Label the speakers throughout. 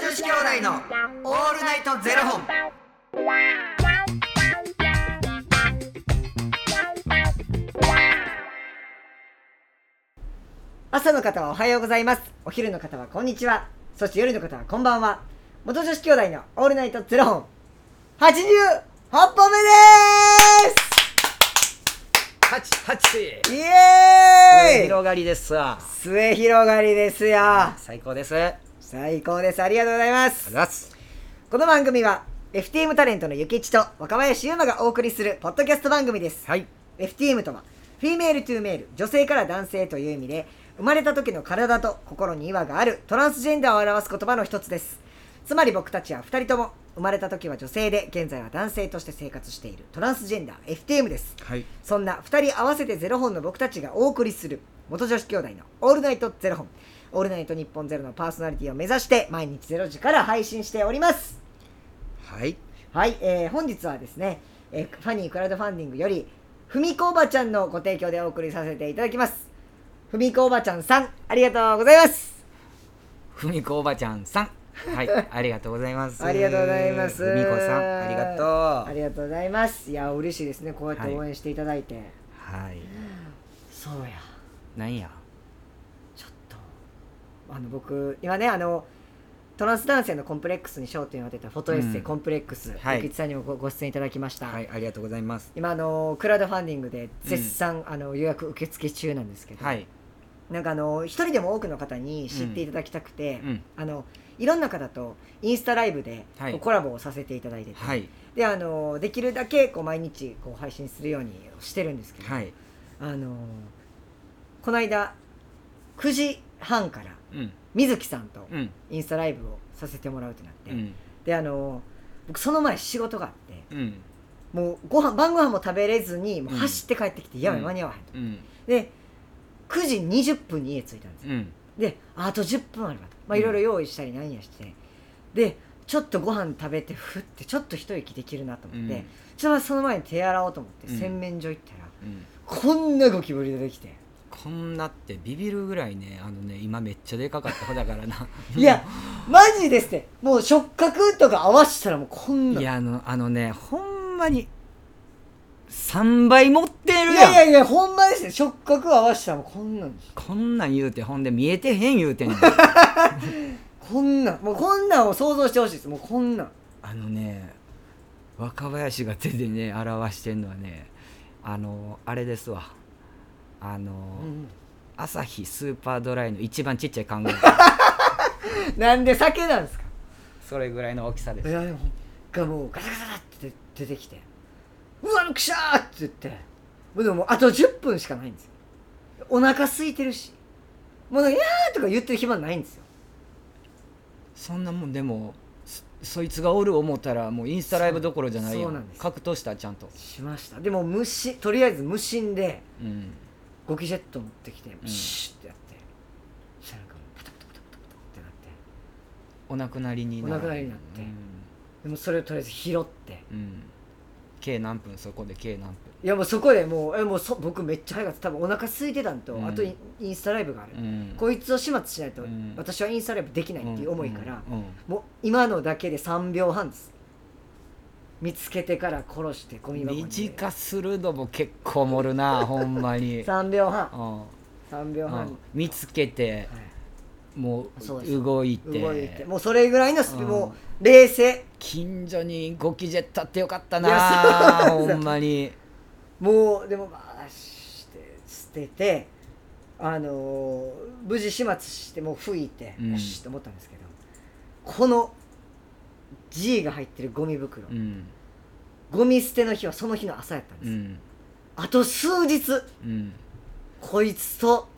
Speaker 1: 子兄弟のオールナイトゼロ本。
Speaker 2: 朝の方はおはようございますお昼の方はこんにちはそして夜の方はこんばんは元女子兄弟のオールナイトゼロ本88本目
Speaker 1: 八八。
Speaker 2: ですイエーイ
Speaker 1: 広がりですわ。
Speaker 2: 末広がりですよ
Speaker 1: 最高です。ありがとう
Speaker 2: 最高ですありがとうございます
Speaker 1: ございます。
Speaker 2: この番組は FTM タレントのゆきちと若林優馬がお送りするポッドキャスト番組です
Speaker 1: はい。
Speaker 2: FTM とはフィメールトゥーメール女性から男性という意味で生まれた時の体と心に違和があるトランスジェンダーを表す言葉の一つですつまり僕たちは2人とも生まれた時は女性で現在は男性として生活しているトランスジェンダー FTM です
Speaker 1: はい。
Speaker 2: そんな2人合わせてゼロ本の僕たちがお送りする元女子兄弟の「オールナイトゼロ本」「オールナイト日本ゼロのパーソナリティを目指して毎日ゼロ時から配信しております
Speaker 1: はい。
Speaker 2: はい、えー本日はですね、えーファニークラウドファンディングより、ふみこおばちゃんのご提供でお送りさせていただきます。ふみこおばちゃんさん、ありがとうございます。
Speaker 1: ふみこおばちゃんさん。はい。ありがとうございます。
Speaker 2: ありがとうございます。
Speaker 1: ふみこさん、ありがとう。
Speaker 2: ありがとうございます。いや、嬉しいですね、こうやって応援していただいて。
Speaker 1: はい。
Speaker 2: そうや、
Speaker 1: なんや。
Speaker 2: ちょっと、あの、僕、今ね、あの、トランス男性のコンプレックスに焦点を当てたフォトエッセイ、
Speaker 1: うん
Speaker 2: コンプレックス、
Speaker 1: はい
Speaker 2: ゆきちさんにもごご出演いただきました。
Speaker 1: はい。ありがとうございます。
Speaker 2: 今あのクラウドファンディングで絶賛、あの予約受付中なんですけど、
Speaker 1: はい。
Speaker 2: なんかあの一人でも多くの方に知っていただきたくて、
Speaker 1: うん。
Speaker 2: あのいろんな方とインスタライブで
Speaker 1: はい
Speaker 2: こうコラボをさせていただいてて、
Speaker 1: はい。
Speaker 2: であのできるだけこう毎日こう配信するようにしてるんですけど、
Speaker 1: はい。
Speaker 2: あのこの間9時半から
Speaker 1: うん。
Speaker 2: 水木さんと
Speaker 1: うん。
Speaker 2: インスタライブをさせてもらうってなって、
Speaker 1: うん。
Speaker 2: であの僕その前仕事があって
Speaker 1: うん。
Speaker 2: もうご飯晩ご飯も食べれずにもう
Speaker 1: うん
Speaker 2: 走って帰ってきて、やばい間に合わへんと、
Speaker 1: うん。
Speaker 2: で9時20分に家着いたんですよ
Speaker 1: うん。
Speaker 2: であと10分あるわとまあいろいろ用意したりなんやして、でちょっとご飯食べてふってちょっと一息できるなと思って、
Speaker 1: うん
Speaker 2: ちょっとその前に手洗おうと思って
Speaker 1: うん
Speaker 2: 洗面所行ったら、
Speaker 1: うん。
Speaker 2: こんなゴキブリ出てきて
Speaker 1: こんなってビビるぐらいねあのね今めっちゃでかかった方だからな
Speaker 2: いやマジですってもう触覚とか合わせたらもうこんないい
Speaker 1: やあのあのねほんまに3倍持ってるやん
Speaker 2: やいやいやほんまですね触覚合わせたらもうこんなんです
Speaker 1: こんなん言うてほんで見えてへん言うてんねん
Speaker 2: こんなんもうこんなんを想像してほしいですもうこんなん
Speaker 1: あのね若林が手でね表してんのはねあのあれですわあの、
Speaker 2: うん
Speaker 1: 朝日スーパードライの一番ちっちゃい 缶ぐらい
Speaker 2: なんで酒なんですか
Speaker 1: それぐらいの大きさで
Speaker 2: い
Speaker 1: す
Speaker 2: やでもがもうガタガタガタって出てきて「うわくしゃー!」って言ってもうでももうあと10分しかないんですよお腹空いてるしもうなんか「いやー!」とか言ってる暇ないんですよ
Speaker 1: そんなもんでもそそいつがおる思ったらもうインスタライブどころじゃないや
Speaker 2: そうんなんです
Speaker 1: 格闘したちゃんと、
Speaker 2: しましたでも無心とりあえず無心で
Speaker 1: うん、
Speaker 2: ゴキジェット持ってきて
Speaker 1: ん
Speaker 2: シュッてやって、そしたらなんかもうパタパタパタパタパタってなって
Speaker 1: お亡くなりに
Speaker 2: お亡くなりになって
Speaker 1: うん
Speaker 2: でもそれをとりあえず拾って
Speaker 1: うん計何分そこで計何
Speaker 2: いやもうそこでもうえもうそ僕めっちゃ早かった多分お腹空いてたんと、
Speaker 1: うん
Speaker 2: あとインインスタライブがある、
Speaker 1: 分、うん、
Speaker 2: こいつを始末しないと、
Speaker 1: うん
Speaker 2: 私はインスタライブできないっていう思いから、
Speaker 1: うんうん
Speaker 2: もう今のだけで3秒半です見つけてから殺してゴミ箱に
Speaker 1: 短するのも結構盛 るなほんまに、
Speaker 2: 3秒半
Speaker 1: うん
Speaker 2: 3秒
Speaker 1: う
Speaker 2: 半、
Speaker 1: ん見つけて
Speaker 2: は
Speaker 1: も
Speaker 2: そうです
Speaker 1: う動いて
Speaker 2: い動いてもうそれぐらいのスピ、
Speaker 1: うん
Speaker 2: もう冷静
Speaker 1: 近所にゴキジェットあってよかった
Speaker 2: いや
Speaker 1: な
Speaker 2: そう
Speaker 1: ほんまに
Speaker 2: もうでもバーして捨ててあのー無事始末してもう吹いて、
Speaker 1: うん
Speaker 2: よしと思ったんですけどこの G が入ってるゴミ袋、
Speaker 1: うん
Speaker 2: ゴミ捨ての日はその日の朝やったんで
Speaker 1: う
Speaker 2: す、
Speaker 1: ん
Speaker 2: あと数日
Speaker 1: うん
Speaker 2: こいつと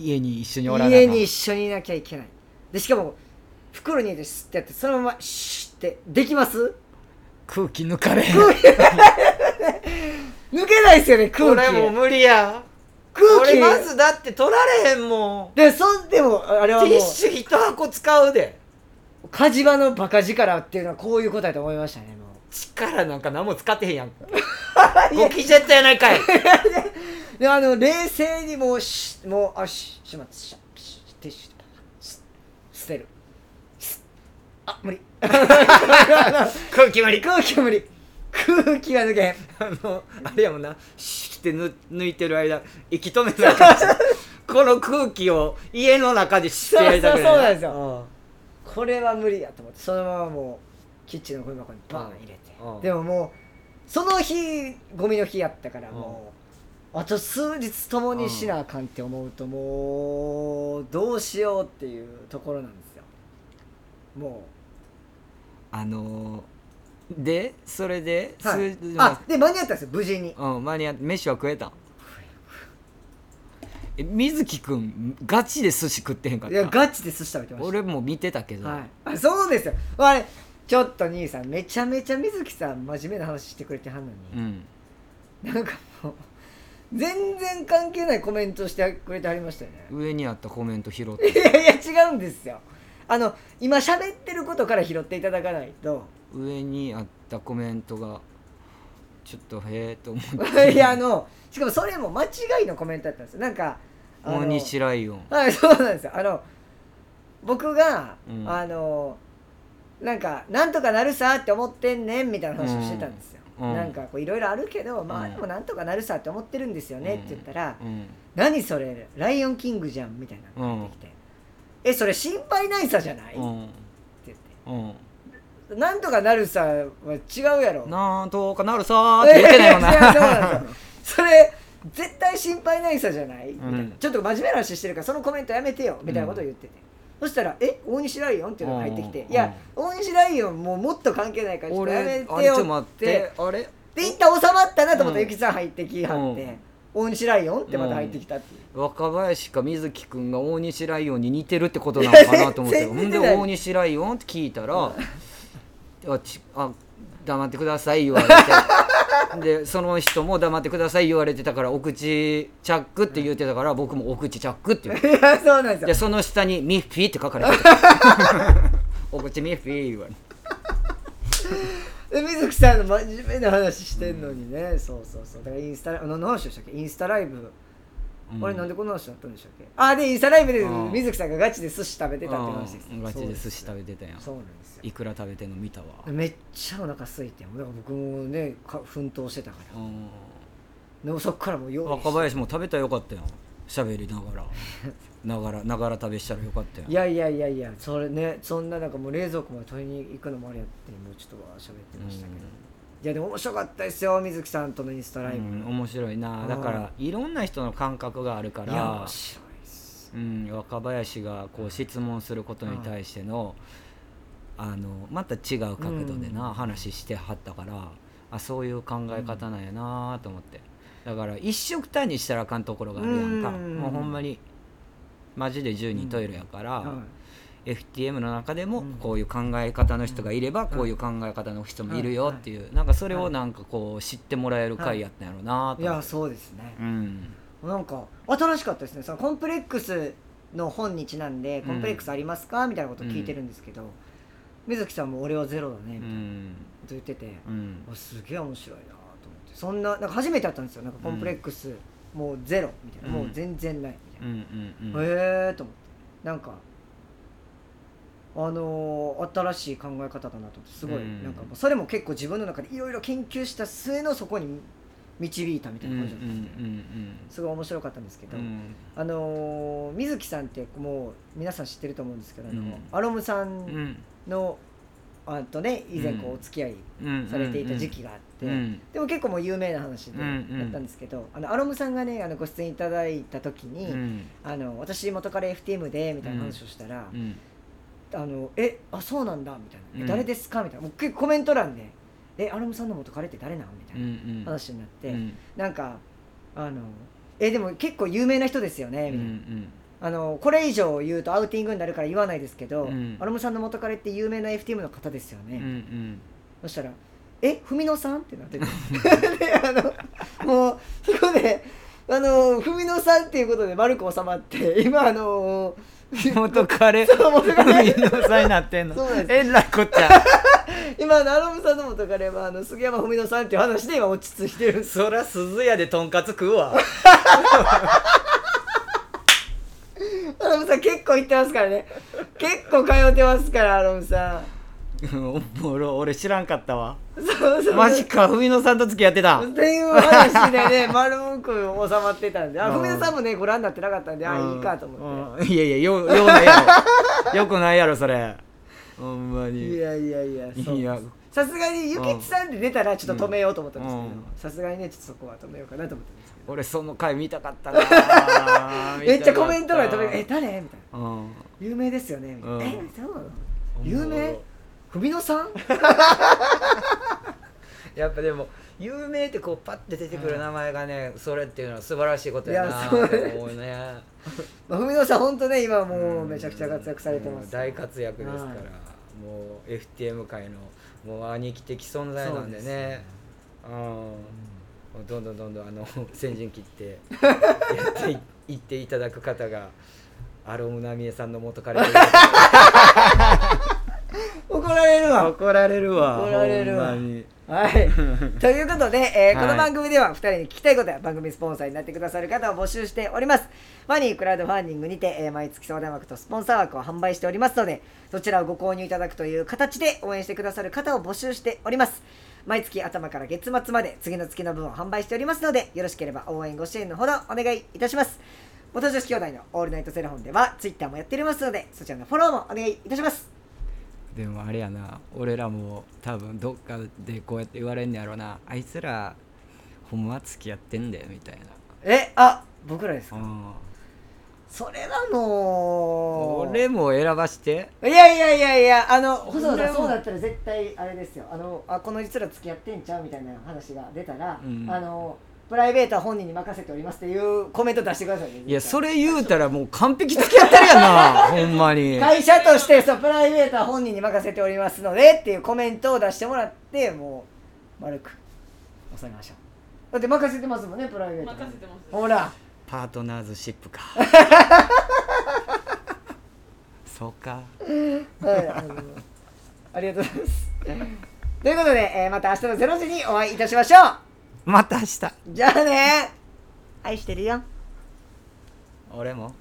Speaker 1: 家に一緒におらな
Speaker 2: 家に一緒にいなきゃいけないでしかも袋に入れて吸ってやってそのままシュッてできます
Speaker 1: 空気抜かれへん
Speaker 2: 抜けないですよね空気
Speaker 1: 無理や
Speaker 2: 空気
Speaker 1: だって取られへんも
Speaker 2: でそんでもあれはもう
Speaker 1: ュ一箱使うで
Speaker 2: 火事場のバカ力っていうのはこういうことやと思いましたねも
Speaker 1: 力なんか何も使ってへんや んゴキジェットやないかいう
Speaker 2: であの冷静にもうしもうあししまっしゃしティッシュでパッ捨てるあ 無理
Speaker 1: 空気無理
Speaker 2: 空気は無理空気は抜けへん
Speaker 1: あのあれやもんなシュッてぬ抜いてる間息止めない かもしれないこの空気を家の中でシュ
Speaker 2: そ
Speaker 1: ッてや
Speaker 2: うそ
Speaker 1: りた
Speaker 2: う
Speaker 1: く
Speaker 2: そう
Speaker 1: ない
Speaker 2: なんですよ、これは無理やと思ってそのままもうキッチンのゴミ箱にバーン入れて、
Speaker 1: うん
Speaker 2: でももうその日ゴミの日やったからもう、あと数日ともにしなあかんって思うともうどうしようっていうところなんですよも
Speaker 1: あのーでそれで、
Speaker 2: う、はい
Speaker 1: 数、
Speaker 2: あで間に合ったんですよ無事に
Speaker 1: うん間に合って飯は食えたんえ水木くんガチで寿司食ってへんかっ
Speaker 2: いや
Speaker 1: た
Speaker 2: ガチで寿司食べてました
Speaker 1: 俺も見てたけど、
Speaker 2: はい、あそうですよあれちょっと兄さんめちゃめちゃ水木さん真面目な話してくれてはんの
Speaker 1: う
Speaker 2: に、
Speaker 1: ん
Speaker 2: なんかもう全然関係ないコメントしてくれてはりましたよね
Speaker 1: 上にあったコメント拾っ
Speaker 2: い
Speaker 1: て
Speaker 2: やいや違うんですよあの今喋ってることから拾っていただかないと
Speaker 1: 上にあったコメントがちょっとへえと思って
Speaker 2: いやあのしかもそれも間違いのコメントだったんですよなんかあの
Speaker 1: 大西ライオン
Speaker 2: はい、そうなんですよ。あの僕が、
Speaker 1: うん
Speaker 2: あのなんかなんとかなるさって思ってんねんみたいな話をしてたんですよ。
Speaker 1: うんうん
Speaker 2: なんかこういろいろあるけど、ま
Speaker 1: う
Speaker 2: あ
Speaker 1: ん
Speaker 2: でもなんとかなるさって思ってるんですよねって言ったら、
Speaker 1: うん
Speaker 2: 何それライオンキングじゃんみたいなのが出てきて、えそれ心配ないさじゃない、
Speaker 1: う
Speaker 2: って
Speaker 1: ん
Speaker 2: 言って。
Speaker 1: うん
Speaker 2: なんとかなるさは違うやろ。
Speaker 1: なんとかなるさーって言ってないもん
Speaker 2: いやそう
Speaker 1: な
Speaker 2: なんですよそれ絶対心配ないさじゃない、みたいな
Speaker 1: うん
Speaker 2: ちょっと真面目な話してるからそのコメントやめてよみたいなことを言ってて、そしたら「え大西ライオン?」っていうのが入ってきて「
Speaker 1: うん
Speaker 2: いや大西ライオンもうもっと関係ないからちょっ と
Speaker 1: 俺
Speaker 2: や
Speaker 1: あ
Speaker 2: め
Speaker 1: れちょ
Speaker 2: てよ」
Speaker 1: っと
Speaker 2: っ
Speaker 1: 待っててあれ
Speaker 2: で一旦収まったなと思ったら
Speaker 1: う
Speaker 2: ゆ
Speaker 1: ん
Speaker 2: きさん入ってきはって、
Speaker 1: うん
Speaker 2: 大西ライオン?」ってまた入ってきたっていう。
Speaker 1: 若林か水木くんが大西ライオンに似てるってことなのかなと思っ て
Speaker 2: 全
Speaker 1: ほ
Speaker 2: 然
Speaker 1: ん
Speaker 2: 似て
Speaker 1: で
Speaker 2: ない
Speaker 1: 大西ライオンって聞いたら「あちあ黙ってください」言わ れてでその人も「黙ってください」言われてたから「お口チャック」って言ってたから僕も「お口チャッ ク」って言って
Speaker 2: いやそうなんです
Speaker 1: で
Speaker 2: よ
Speaker 1: その下に「ミッフィー」って書かれてた お口ミッフィー」言われて
Speaker 2: で水木さんの真面目な話してんのにね、そうそうそうだからインスタあの何の話でしたっけインスタライブ
Speaker 1: うん
Speaker 2: あれなんでこんな話になったんでしたっけあでインスタライブで
Speaker 1: うん
Speaker 2: 水木さんがガチで寿司食べてたって話です
Speaker 1: うんガチで寿司食べてたやん
Speaker 2: そうなんですよ
Speaker 1: いくら食べてんの見たわ
Speaker 2: めっちゃお腹空いてだから僕もねか奮闘してたから
Speaker 1: うん
Speaker 2: でもそっからもう用意
Speaker 1: 若
Speaker 2: して
Speaker 1: 林も食べたらよかったよ喋りながら ながらながら食べしたらよかったよ
Speaker 2: いやいやいやいやそれねそんななんかもう冷蔵庫まで取りに行くのもあれやってもうちょっとは喋ってましたけど、
Speaker 1: うん
Speaker 2: いやでも面白かったですよ水木さんとのインスタライブ、
Speaker 1: うん、面白いなだからいろんな人の感覚があるか
Speaker 2: いや面
Speaker 1: ら、
Speaker 2: 白いです
Speaker 1: うん、若林がこう質問することに対しての,、あのまた違う角度でな、
Speaker 2: うん
Speaker 1: 話してはったからあそういう考え方なんやなと思ってだから一色単にしたらあかんところがあるやんか、
Speaker 2: うん
Speaker 1: もうほんまにマジで10人トイレやから。
Speaker 2: はい
Speaker 1: FTM の中でも
Speaker 2: うん
Speaker 1: こういう考え方の人がいれば
Speaker 2: ん
Speaker 1: こういう考え方の人もいるよっていうなんかそれ
Speaker 2: は
Speaker 1: を
Speaker 2: い
Speaker 1: なんかこう知ってもらえる回やったんやろうなと
Speaker 2: い
Speaker 1: 思
Speaker 2: や
Speaker 1: って
Speaker 2: そうですね、
Speaker 1: うん
Speaker 2: なんか新しかったですねそのコンプレックスの本にちなんで「コンプレックスありますか?」みたいなことを聞いてるんですけど、水木さんも「俺はゼロだね」み
Speaker 1: う
Speaker 2: たいなこ
Speaker 1: ん
Speaker 2: と言ってて、
Speaker 1: うん
Speaker 2: あすげえ面白いなと思ってそんななんか初めて会ったんですよなんかコンプレックス、もうゼロみたいな、
Speaker 1: うん
Speaker 2: もう全然ないみたい
Speaker 1: うんう
Speaker 2: な、
Speaker 1: んうん
Speaker 2: へえと思ってなんかあのー新しい考え方だなと思ってすごい、
Speaker 1: うん
Speaker 2: なんかもうそれも結構自分の中でいろいろ研究した末のそこに導いたみた
Speaker 1: う
Speaker 2: い
Speaker 1: んう
Speaker 2: なん感じだったんですよ、すごい面白かったんですけ
Speaker 1: うんう
Speaker 2: ど、
Speaker 1: ん
Speaker 2: あのー水木さんってもう皆さん知ってると思うんですけど、あの
Speaker 1: うん
Speaker 2: アロムさ
Speaker 1: うんん
Speaker 2: の、あとね以前こ
Speaker 1: う
Speaker 2: うんお付き合い
Speaker 1: うん
Speaker 2: されていた時期があって、
Speaker 1: うん
Speaker 2: でも結構もう有名な話で
Speaker 1: う
Speaker 2: や
Speaker 1: んうん
Speaker 2: ったんですけど、あのアロムさんがねあのご出演いただいた時
Speaker 1: う
Speaker 2: に「
Speaker 1: ん
Speaker 2: あの私元から FTM で」みたいな話をしたら「
Speaker 1: うん
Speaker 2: あのえあそうなんだ」みたいな「え
Speaker 1: うん
Speaker 2: 誰ですか?」みたいなもう結構コメント欄で「えアロムさんの元彼って誰なん?」みた
Speaker 1: う
Speaker 2: いなん話になって。
Speaker 1: うん
Speaker 2: なんかあのえでも結構有名な人ですよね、
Speaker 1: うんう
Speaker 2: みたいなんあのこれ以上言うとアウティングになるから言わないですけど、
Speaker 1: うん
Speaker 2: アロムさんの元彼って有名な FTM の方ですよね、
Speaker 1: うんうん
Speaker 2: そしたら「え文野さん?」ってなってて であのもうそこであの文野さんっていうことで丸く収まって今あの
Speaker 1: 元彼
Speaker 2: そう元彼
Speaker 1: 海のさになってんの
Speaker 2: そうなんで
Speaker 1: えらいこっちゃ
Speaker 2: 今あのアロムさんの元彼はあの杉山文野さんっていう話で今落ち着いてるんです
Speaker 1: そら鈴屋でとんかつ食うわ
Speaker 2: アロムさん結構行ってますからね結構通ってますからアロムさん
Speaker 1: うんおもろ 俺知らんかったわ
Speaker 2: そうそう
Speaker 1: マジか文野さんと付き合ってた
Speaker 2: っていう話で ね丸く収まってたんであ
Speaker 1: うん
Speaker 2: 文枝さんもねご覧になってなかったんであ
Speaker 1: うん
Speaker 2: いいかと思っ
Speaker 1: うんいやいやよ ようないやろ よくないやろそれほんま
Speaker 2: て
Speaker 1: に
Speaker 2: いやいやいやそう
Speaker 1: いや
Speaker 2: さすがにゆきちさんで出たらちょっと止めようと思ったんですけ
Speaker 1: うん
Speaker 2: どさすがにねちょっとそこは止めようかなと思ったんですけ
Speaker 1: 俺その回見たかったな
Speaker 2: どめっちゃコメント欄で止め
Speaker 1: め
Speaker 2: るえ誰?」みたいな
Speaker 1: うん
Speaker 2: 「有名ですよね」みたいな「
Speaker 1: うん
Speaker 2: えそう有名文野さん?
Speaker 1: やっぱでも有名ってこうパッて出てくる名前がねそれっていうのは素晴らしいことや
Speaker 2: い
Speaker 1: な
Speaker 2: や
Speaker 1: と
Speaker 2: そう
Speaker 1: 思うね」
Speaker 2: まあ文野さん本当ね今もうめちゃくちゃ活躍されてま
Speaker 1: うん
Speaker 2: す
Speaker 1: 大活躍ですから
Speaker 2: はい
Speaker 1: もう FTM 界のもう兄貴的存在なんで
Speaker 2: そうで
Speaker 1: ねうんどんどんどんどんあの先陣切 ってやっていいっていただく方がアロムナミエさんの元彼
Speaker 2: 怒られるわ
Speaker 1: 怒られるわ
Speaker 2: 怒られるわ
Speaker 1: ほんまに
Speaker 2: はい、ということで、えー
Speaker 1: はい
Speaker 2: この番組では2人に聞きたいことや番組スポンサーになってくださる方を募集しておりますファニークラウドファンディングにて、えー毎月相談枠とスポンサー枠を販売しておりますのでそちらをご購入いただくという形で応援してくださる方を募集しております毎月頭から月末まで次の月の分を販売しておりますのでよろしければ応援ご支援のほどお願いいたします元女子兄弟のオールナイトセレフォンではツイッターもやっておりますのでそちらのフォローもお願いいたします
Speaker 1: でもあれやな俺らも多分どっかでこうやって言われんねやろなあいつらほんまは付き合ってんだよみたい
Speaker 2: えあ僕らです
Speaker 1: な、
Speaker 2: か
Speaker 1: うん、
Speaker 2: それはもう
Speaker 1: 俺も選ばして
Speaker 2: いやいやいやいや、あの、細
Speaker 1: それ
Speaker 2: 田
Speaker 1: は
Speaker 2: そうだったら絶対あれですよ。あの、あこの実ら付き合ってんちゃうみたいな話が出たら、
Speaker 1: うん
Speaker 2: あの、プライベートは本人に任せておりますっていうコメント出してくださいね。
Speaker 1: いやそ
Speaker 2: れ
Speaker 1: れ言うたらもう完璧付き合ってるやんなほん まに
Speaker 2: 会社としてそうプライベートは本人に任せておりますのでっていうコメントを出してもらって、もう丸く収めましょう。だって任せてますもんね、プライベート。
Speaker 3: 任せてます
Speaker 2: ほら、
Speaker 1: パートナーズシップか そうか
Speaker 2: はいあのありがとうございます。ということで、えーまた明日の0時にお会いいたしましょう。
Speaker 1: また明日
Speaker 2: じゃあね愛してるよ
Speaker 1: 俺も